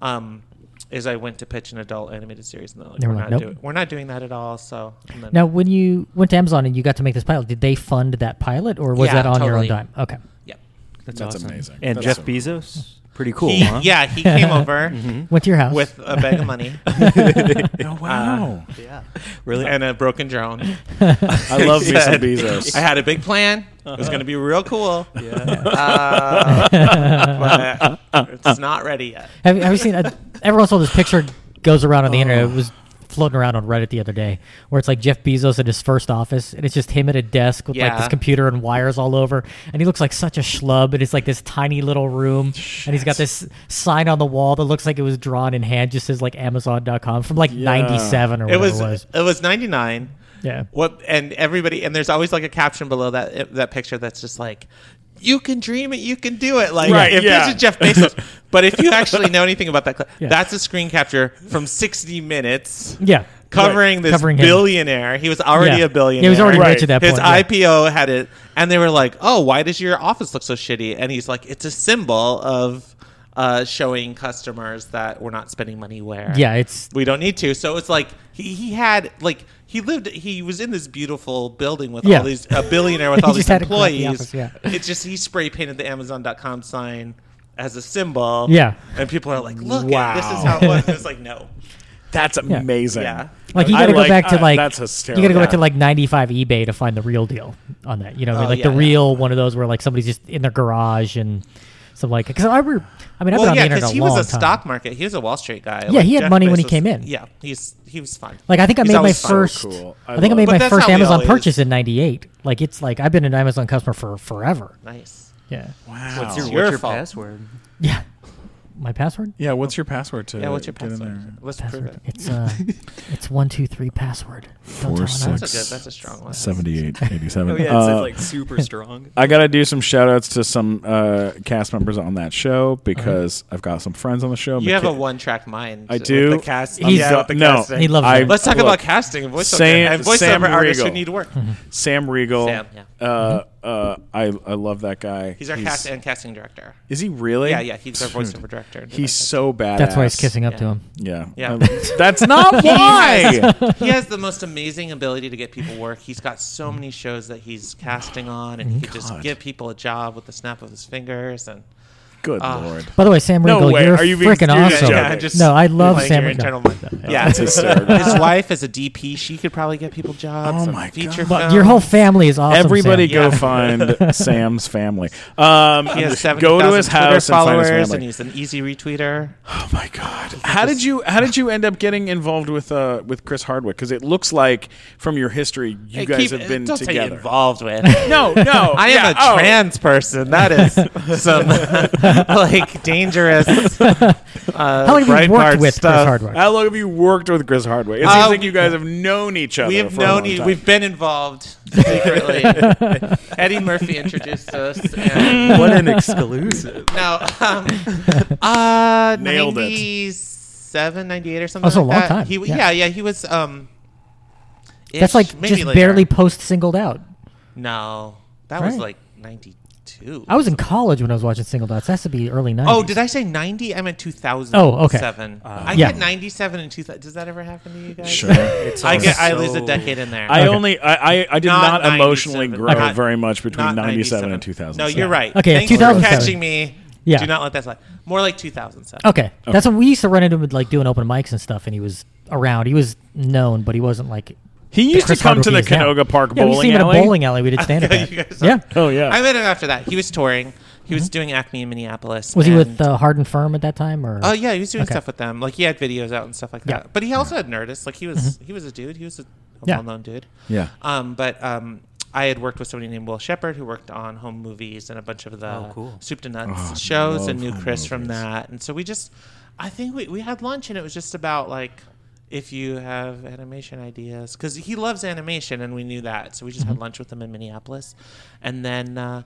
Um, is I went to pitch an adult animated series, and they're like, They were we're, like, nope. not doing, we're not doing that at all. So and then- Now, when you went to Amazon and you got to make this pilot, did they fund that pilot, or was Yeah, that on your own totally. dime? Okay. yeah, That's, That's awesome. amazing. And That's Jeff so- Bezos, pretty cool, he, huh? yeah, he came over Went to your house with a bag of money oh, wow. really. and a broken drone. I love He me some said, Bezos. I had a big plan. It was going to be real cool. yeah. Uh, but it's not ready yet. Have, you- have you seen? Uh, everyone saw this picture goes around on the Oh. internet. It was floating around on Reddit the other day, where it's like Jeff Bezos at his first office, and it's just him at a desk with like this Yeah. computer and wires all over, and he looks like such a schlub. And it's like this tiny little room, and he's got this sign on the wall that looks like it was drawn in hand, just says like Amazon.com from like '97 or It whatever was, it was. it was 99. Yeah. What and everybody and there's always like a caption below that eh, that picture that's just like you can dream it, you can do it. Like Right, if yeah. this is Jeff Bezos, but if you actually know anything about that, cl- Yeah. that's a screen capture from 60 Minutes Yeah. covering this Covering him. billionaire. He was already Yeah. a billionaire. He was already Right. rich at that His point. yeah. IPO had it, and they were like, "Oh, why does your office look so shitty?" And he's like, "It's a symbol of uh, showing customers that we're not spending money where yeah, it's we don't need to." So it's like he he had like he lived he was in this beautiful building with Yeah. all these a billionaire with He all just these had a crappy employees. office, yeah. It's just he spray painted the Amazon.com sign as a symbol. Yeah. and people are like, "Look, Wow. this is how it was." And it's like, no, That's amazing. Yeah. Like you I got to go back to uh, like that's hysterical. You got to go back to like ninety five eBay to find the real deal on that. You know, what I mean? Oh, like yeah, the yeah. real one of those where like somebody's just in their garage and some like because I remember I mean I've been well, on yeah, the internet a he long was a time. stock market. He was a Wall Street guy. Yeah, he had money when he came in. Yeah, he's he was fun. Like I think I He's made my always fun. first. cool. I I, think I love- made But my that's first how we Amazon all is. purchase in '98. Like it's like I've been an Amazon customer for forever. Nice. Yeah, wow. What's your, what's your your fault. password? yeah. My password? yeah, what's your password to Yeah, what's your get in password? there? Let's prove Password. it. It's uh, it's one two three password. Don't Four, tell anyone. That's a good. That's a strong one. 78, 87. Oh yeah, it's Uh, like super strong. I got to do some shout outs to some uh, cast members on that show because I've got some friends on the show. Uh-huh. You have a Mika- one track mind. I with do. The cast. He's yeah, do- with the no. casting. He loves I- it. Let's talk look, about casting and voiceover Sam- and voiceover Sam artists who Riegel. need work. Sam Regal. Sam, yeah. Uh, uh, I, I love that guy. He's our cast and casting director. Is he really? Yeah, yeah, he's our Dude, voiceover director. He's so bad. That's why he's kissing up to Yeah. him. Yeah. Yeah. Ah. Um, that's not why. he has the most amazing ability to get people work. He's got so many shows that he's casting on, and he could God. just give people a job with the snap of his fingers. And Good Ah. lord. By the way, Sam No Riegel, way. you're Are you being- freaking you're just awesome. joking. Yeah, just no, I love playing Sam your Riegel. internal mind. Yeah, That's hysterical. uh, his wife is a DP. She could probably get people jobs. Oh and my feature God. But films. your whole family is awesome. Everybody Sam. go Yeah. find Sam's family. Um, He has seventy go to thousand his Twitter house and find followers, his and, family. he's an easy retweeter. Oh my god! How did you how did you end up getting involved with uh, with Chris Hardwick? Because it looks like from your history, you Hey, guys keep- have been don't Say together. involved with. No, no, I am yeah, a oh. trans person. That is some like dangerous. Uh, How long have Breitbart you worked with stuff. Chris Hardwick? How long have you worked with Chris Hardwick? It seems Uh, like you guys have known each other. We have for a known long each. time. We've been involved secretly. Eddie Murphy introduced us. And what an exclusive. no, um, uh, Nailed it. 97, 98 or something. so Oh, a like long that. time, He, w- yeah. yeah, yeah, he was. Um, That's ish, like maybe just later. barely post singled out. No, that was Right. like ninety two. I was in college when I was watching singled out. So it has to be early 90s. Oh, did I say ninety? I meant two thousand. Oh, okay. Seven. I Yeah. get ninety seven and two thousand. Does that ever happen to you guys? Uh, Sure. I get. I so- lose a decade in there. I Okay. only I, I, I did Not not, emotionally 97. grow Not- very much Not between 97 and 2000. No, you're right. Okay, Thanks for 2007. catching me. Yeah. Do not let that slide. More like 2007. Okay. That's when we used to run into him with, like doing open mics and stuff, and he was around. He was known, but he wasn't like. He used Chris to come Hardwick to the is now. Canoga Park Yeah, we used to bowling see him in alley. a bowling alley. We did stand up. Yeah, you guys are- Yeah. Oh yeah. I met him after that. He was touring. He was doing Acme in Minneapolis. Mm-hmm. Was he with and- uh, Hard and Firm at that time? Or Oh yeah, he was doing Okay. stuff with them. Like he had videos out and stuff like Yeah. Mm-hmm. that. But he also had Nerdist. Like he was he was a dude. He was a, a Yeah. well-known dude. Yeah. Um, but um, I had worked with somebody named Will Shepard who worked on home movies and a bunch of the Oh, cool. Soup to Oh, Nuts I shows love and knew Home Chris from Movies. that. And so we just, I think we, we had lunch and it was just about like if you have animation ideas because he loves animation and we knew that. So we just Mm-hmm. had lunch with him in Minneapolis, and then. Uh,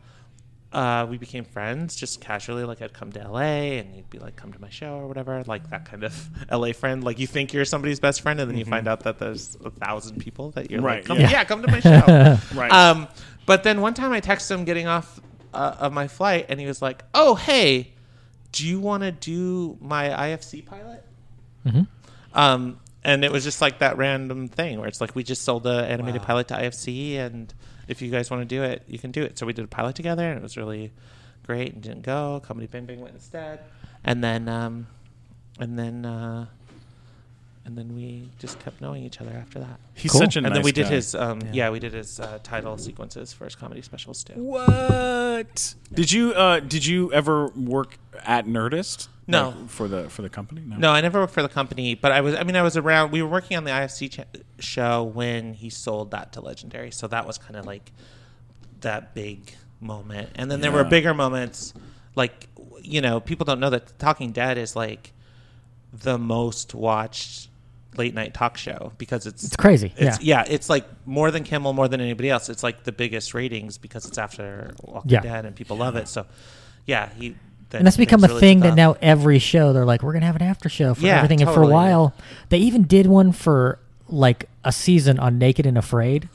uh, we became friends just casually. Like I'd come to LA and he'd be like, "Come to my show" or whatever. Like that kind of LA friend. Like you think you're somebody's best friend, and then you find out that there's a thousand people that you're Mm-hmm. Right, like, come, yeah. yeah. come to my show." Right. Um, but then one time I texted him getting off uh, of my flight, and he was like, "Oh hey, do you want to do my IFC pilot?" Um, and it was just like that random thing where it's like we just sold the animated pilot to IFC, and if you guys want to do it, you can do it. So we did a pilot together, and it was really great, and didn't go. Comedy Bing Bing went instead, and then, um, and then, uh, and then we just kept knowing each other after that. He's Cool. such a and nice then we did guy. his, um, yeah. we did his uh, title sequences for his comedy specials too. What? Did you uh did you ever work at Nerdist? No. Like, for the for the company? No, I never worked for the company, but I was. I mean, I was around. We were working on the IFC cha- show when he sold that to Legendary, so that was kind of like that big moment. And then there were Yeah. bigger moments, like you know, people don't know that Talking Dead is like the most watched late night talk show because it's It's crazy. It's, yeah. yeah. it's like more than Kimmel, more than anybody else. It's like the biggest ratings because it's after Walking Yeah. Dead and people love it. So, yeah, he. And that's become a really thing took that off. now every show they're like, we're gonna have an after show for Yeah, everything. And for a totally. while, they even did one for like a season on Naked and Afraid,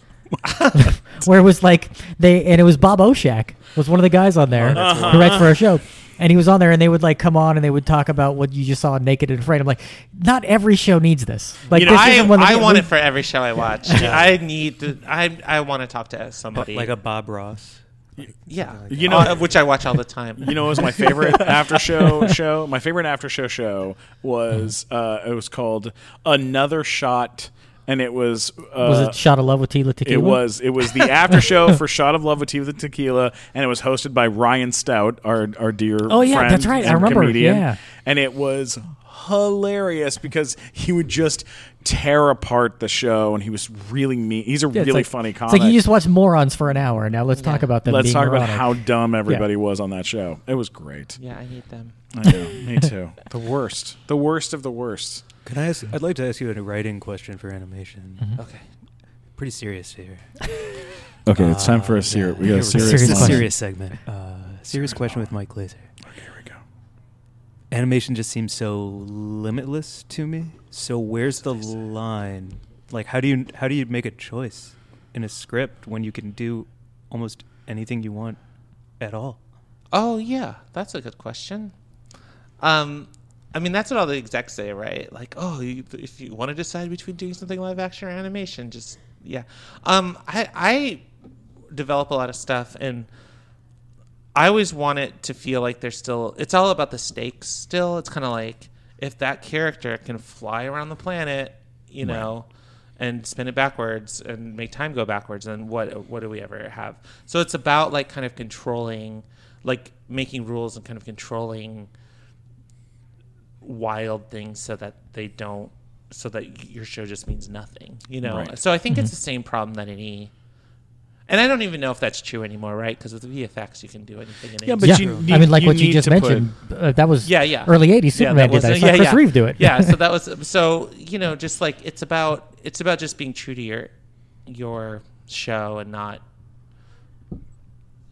where it was like they and it was Bob Oshak was one of the guys on Oh, there who writes for our show. And he was on there, and they would like come on, and they would talk about what you just saw on Naked and Afraid. I'm like, not every show needs this. Like, You know, this I, isn't one that I we- want it for every show I watch. I need to. I I want to talk to somebody. Like a Bob Ross. yeah, You know- Uh, which I watch all the time. You know, what was my favorite after show show. My favorite after show show was uh, Mm-hmm. it was called Another Shot, and it was uh, was it Shot of Love with Tila Tequila? It was it was the after show for Shot of Love with Tea with the Tequila, and it was hosted by Ryan Stout, our our dear Oh, yeah, friend that's right. I and remember, comedian. yeah. and it was hilarious because he would just tear apart the show, and he was really mean. He's a Yeah, it's really like- funny comic. It's like you just watch morons for an hour. Now let's talk about them. Let's being talk about moronic. how dumb everybody was on that show. It was great. yeah, I need them. I know, me too. The worst, the worst of the worst. Can I ask? I'd like to ask you a writing question for animation. Mm-hmm. Okay. Pretty serious here. Okay, it's time for a Here serious. Ah, We got a serious. serious It's a question. serious segment. Uh, serious question with Mike Glazer. Here we go. Animation just seems so limitless to me. So where's the line? Like, how do you how do you make a choice in a script when you can do almost anything you want at all? Oh yeah, that's a good question. Um, I mean that's what all the execs say, right? Like, oh, you, if you want to decide between doing something live action or animation, just yeah. Um, I I develop a lot of stuff, and I always want it to feel like there's still. It's all about the stakes. Still, it's kind of like if that character can fly around the planet, you know. And spin it backwards and make time go backwards. Then what? What do we ever have? So it's about like kind of controlling, like making rules and kind of controlling wild things so that they don't so that your show just means nothing you know Right. Mm-hmm. so i think it's the same problem that any And I don't even know if that's true anymore, right? Because with VFX, you can do anything. In Yeah, it. but yeah, you need- I mean, like you what you need just to put- mentioned, uh, that was Yeah, yeah. early '80s Superman that did that. I was- saw Chris Reeve do it. Yeah, so that was so you know just like it's about it's about just being true to your your show and not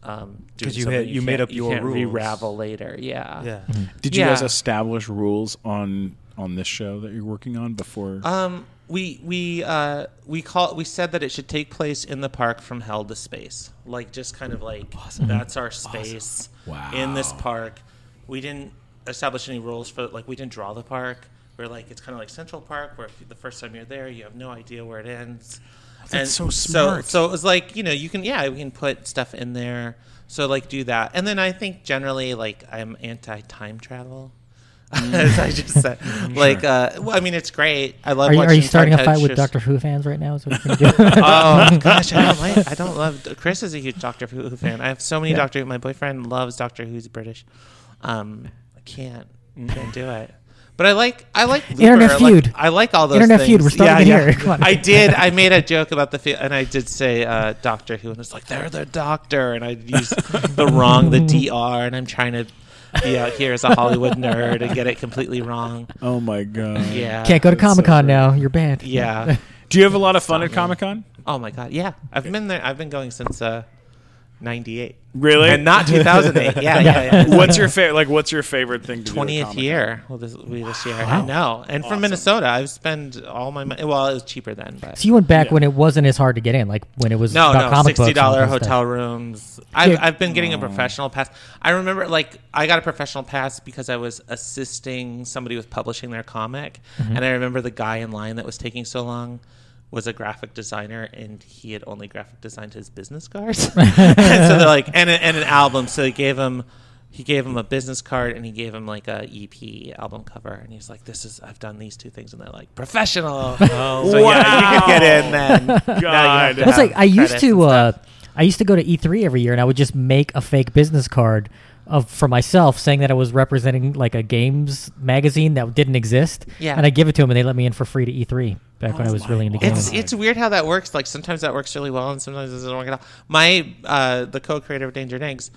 um 'Cause you something had- you made can't- up your you can't rules. re-ravel later. Yeah. Yeah. Did you guys Yeah. establish rules on on this show that you're working on before? Um, we we uh, we call we said that it should take place in the park from hell to space, like just kind of like that's our space Wow. in this park. We didn't establish any rules for like we didn't draw the park. We're like it's kind of like Central Park, where if you, the first time you're there, you have no idea where it ends. and so smart. So, so it was like you know you can yeah we can put stuff in there. So like do that, and then I think generally like I'm anti time travel. As I just said, like, uh, well, I mean, it's great. I love. Are you, are watching you starting a Farkad fight with just- Doctor Who fans right now? Is what you're gonna do? Oh gosh, I don't like. I don't love. Chris is a huge Doctor Who fan. I have so many Doctor Who. My boyfriend loves Doctor Who. He's British. Um, I can't. Can't do it. But I like. I like Looper. Internet I like- feud. I like all those. Internet things. feud. We're starting yeah, it yeah. here. Come on. I did. I made a joke about the feud, and I did say uh, Doctor Who, and it's like they're the Doctor, and I used the wrong the dr, and I'm trying to be out here as a Hollywood nerd and get it completely wrong. oh my god! Yeah. Can't go to That's so Comic Con great. now. You're banned. Yeah. Do you have a lot of fun at Comic Con? Oh my god, yeah. I've been there. I've been going since uh, '98. Really? And not 2008. Yeah, yeah, yeah. what's your favorite? Like, what's your favorite thing? to do at 20th Comic-Con? year will this will be this year. I know. And from Minnesota, I've spent all my money. Well, it was cheaper then, but So you went back Yeah. when it wasn't as hard to get in, like when it was no, about no, comic books sixty and all dollar that stuff. hotel rooms. I've, Yeah. I've been getting a professional pass. I remember, like, I got a professional pass because I was assisting somebody with publishing their comic, Mm-hmm. and I remember the guy in line that was taking so long was a graphic designer, and he had only graphic designed his business cards. and so they're like, and, a- and an album. So they gave him. He gave him a business card and he gave him like a EP album cover and he's like, "This is I've done these two things and they're like professional." Oh, so yeah, you Wow. could get in then. Now you have to God. That's have like I used credits to. and stuff. Uh, I used to go to E3 every year, and I would just make a fake business card of for myself, saying that I was representing like a games magazine that didn't exist. Yeah. Oh, and I give it to them, and they let me in for free to E3 back when I was really into games. It's it's weird how that works. Like sometimes that works really well, and sometimes it doesn't work at all. My uh, the co-creator of Danger Eggs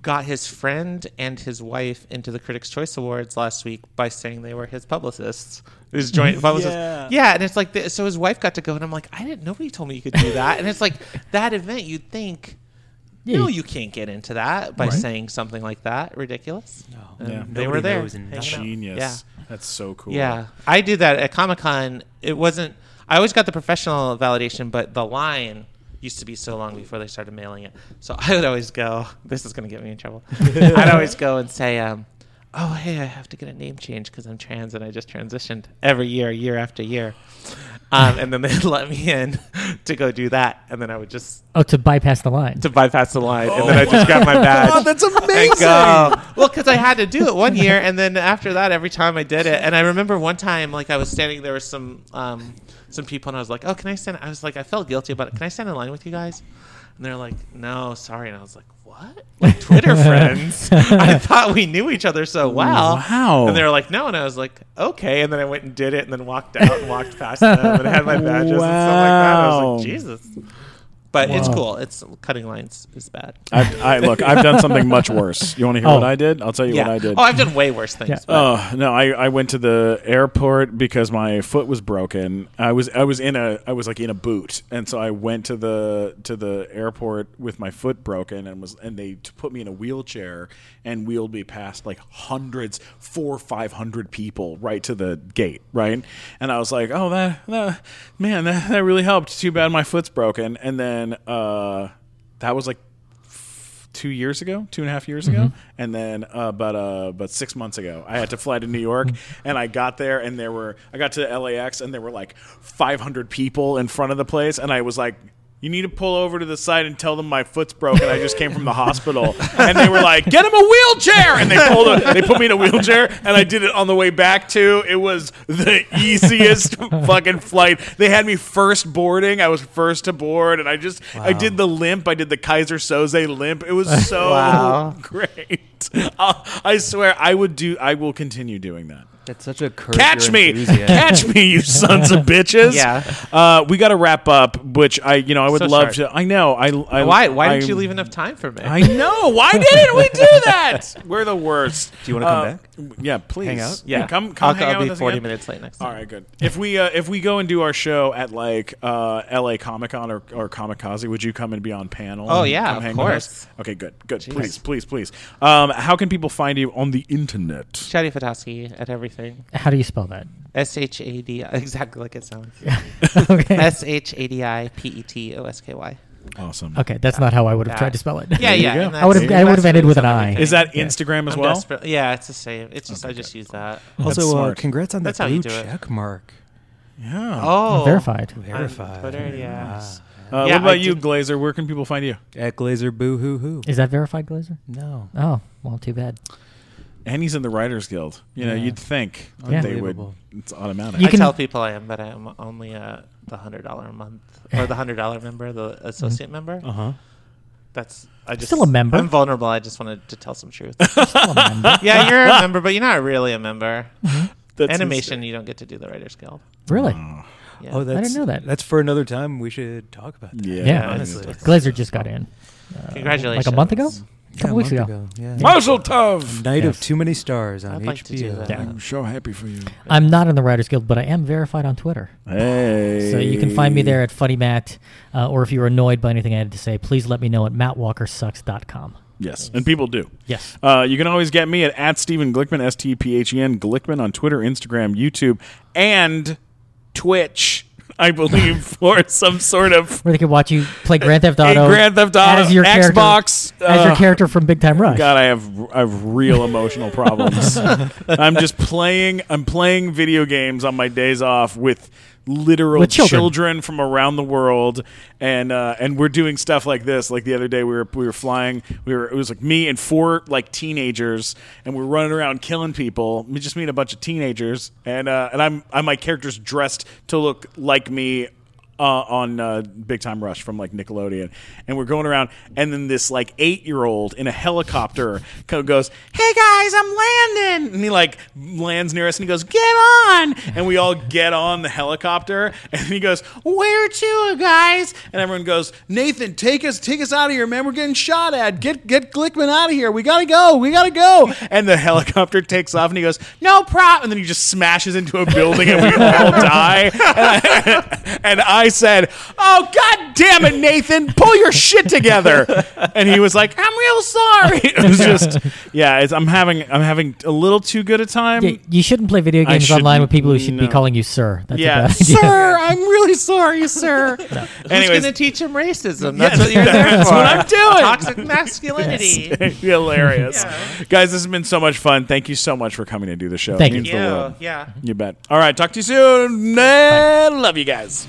got his friend and his wife into the Critics' Choice Awards last week by saying they were his publicists, his joint publicists. Yeah. Yeah, and it's like the, so his wife got to go, and I'm like, I didn't. Nobody told me you could do that, and it's like that event. You'd think. Yeah, No, you- you can't get into that by saying something like that. Ridiculous. Yeah. No, they Nobody were there. knows and hanging out. Genius. Yeah. That's so cool. Yeah, I did that at Comic Con. It wasn't. I always got the professional validation, but the line used to be so long before they started mailing it. So I would always go. This is going to get me in trouble. I'd always go and say, um, "Oh, hey, I have to get a name change because I'm trans and I just transitioned." Every year, year after year, um, and then they'd let me in to go do that, and then I would just oh, to bypass the line. to bypass the line, and then I just got my badge. Oh, that's and amazing. go. Well, because I had to do it one year, and then after that, every time I did it. And I remember one time, like I was standing there with some um, some people, and I was like, "Oh, can I stand?" I was like, I felt guilty about it. Can I stand in line with you guys? And they're like, "No, sorry." And I was like, "What? Like Twitter friends? I thought we knew each other so well." Wow. And they were like, "No," and I was like, "Okay." And then I went and did it, and then walked out and walked past them and had my badges and stuff like that. I was Wow. like, "Jesus." But it's Wow. cool. It's cutting lines is bad. I've, I look. I've done something much worse. You want to hear Oh. what I did? I'll tell you what I did. Oh, I've done way worse things. Yeah. But Oh no! I, I went to the airport because my foot was broken. I was I was in a I was like in a boot, and so I went to the to the airport with my foot broken, and was and they t- put me in a wheelchair and wheeled me past like hundreds, four five hundred people right to the gate, right? And I was like, oh that, that man, that, that really helped. Too bad my foot's broken. And then uh, that was like two years ago, two and a half years ago, and then uh, but uh, but six months ago, I had to fly to New York, and I got there, and there were I got to LAX, and there were like 500 people in front of the place, and I was like. You need to pull over to the side and tell them my foot's broken. I just came from the hospital, and they were like, "Get him a wheelchair!" And they pulled, a, they put me in a wheelchair, and I did it on the way back too. It was the easiest fucking flight. They had me first boarding. I was first to board, and I just, I did the limp. I did the Kaiser Soze limp. It was so Wow. great. Uh, I swear, I would do. I will continue doing that. That's such a curse. Catch me, catch me, you sons of bitches! Yeah. uh, we got to wrap up. Which I, you know, I would So love sharp. to. I know. I, I Why? Why I- didn't you leave enough time for me? Uh, I know. Why didn't we do that? We're the worst. Uh, Do you wanna come back? Yeah, please. Hang out? Yeah, come. Come. I'll, hang I'll out be with us forty again. minutes late next time. All right, good. If we uh, if we go and do our show at like uh, L.A. Comic Con or, or Kamikaze, would you come and be on panel? Oh, and yeah, come of hang with us? course. Okay, good, good. Please, please, please. Um, how can people find you on the internet? Shadi Fatowski at everything. How do you spell that? S H A D I exactly like it sounds. okay. S H A D I P E T O S K Y. Awesome. okay, that's not how I would have Yeah. tried to spell it. Yeah, you yeah. go. and I that's- would've- I that's would've ended really with an something. I. Is that Instagram as I'm well? desperate- Yeah, it's the same. It's just I just use that. That's Also, uh, smart. congrats on the That's how you blue do it. check mark. Yeah. Oh, Verified. on Verified. Twitter, yeah. Uh, Ah. Yeah, what about I you, did- Glazer? Where can people find you? At Glazer Boo Hoo Hoo. Is that verified Glazer? No. Oh, well, too bad. And he's in the Writers Guild. You know, you'd think that Yeah. they would. Unbelievable. It's automatic. You I can- tell people I am, but I am only uh, the hundred dollar a month or the hundred dollar member, Mm-hmm. the associate member. Uh-huh. Uh huh. That's I just Still a member. I'm vulnerable. I just wanted to tell some truth. Still a member. yeah, you're a member, but you're not really a member. That's Animation, insane. Oh, you don't get to do the Writers Guild. Mm-hmm. Really? Yeah. Oh, that's, didn't know that. That's for another time. We should talk about that. Yeah. Yeah. honestly. Glazer just got in. Uh, Congratulations. Like a month ago? Yeah, A couple a weeks month ago. Yeah. Mazel tov. Night Yes. of Too Many Stars on I'd HBO. like to do that. Yeah. I'm so happy for you. I'm not in the Writers Guild, but I am verified on Twitter. Hey. So you can find me there at Funny Matt, uh, or if you were annoyed by anything I had to say, please let me know at mattwalkersucks.com. Yes, and people do. Yes. Uh, you can always get me at, at Stephen Glickman, S T P H E N Glickman on Twitter, Instagram, YouTube, and Twitch, I believe, for some sort of Where they could watch you play Grand Theft a Auto, Grand Theft Auto, as your character- Xbox. as your uh, character from Big Time Rush. God, I have I have real emotional problems. I'm just playing. I'm playing video games on my days off with literal With children. from around the world, and uh, and we're doing stuff like this. Like the other day, we were we were flying. We were it was like me and four like teenagers, and we're running around killing people. We just meet a bunch of teenagers, and uh, and I'm, i my character's dressed to look like me uh, on uh, Big Time Rush from like Nickelodeon, and we're going around, and then this like eight year old in a helicopter co- goes, "Hey guys, I'm landing," and he like lands near us, and he goes, "Get on!" And we all get on the helicopter, and he goes, "Where to, guys?" And everyone goes, "Nathan, take us, take us out of here, man. We're getting shot at. Uh, Get get Glickman out of here. We gotta go. We gotta go." And the helicopter takes off, and he goes, "No problem." And then he just smashes into a building, and we all die. And I- and I said, "Oh God damn it, Nathan, pull your shit together." And he was like, "I'm real sorry." It was just, yeah, it's, I'm having I'm having a little too good a time. Y- you shouldn't play video I games online with shouldn't- people who should no. be calling you sir. That's a yeah, bad idea. sir, I'm really sorry, sir. Who's Anyways, going to teach him racism? That's Yes, what you're there that's for. what I'm doing. Toxic masculinity. hilarious, guys. This has been so much fun. Thank you so much for coming to do the show. It Thank you. means the Yeah, world. yeah. You bet. All right, talk to you soon. Eh, Love you guys.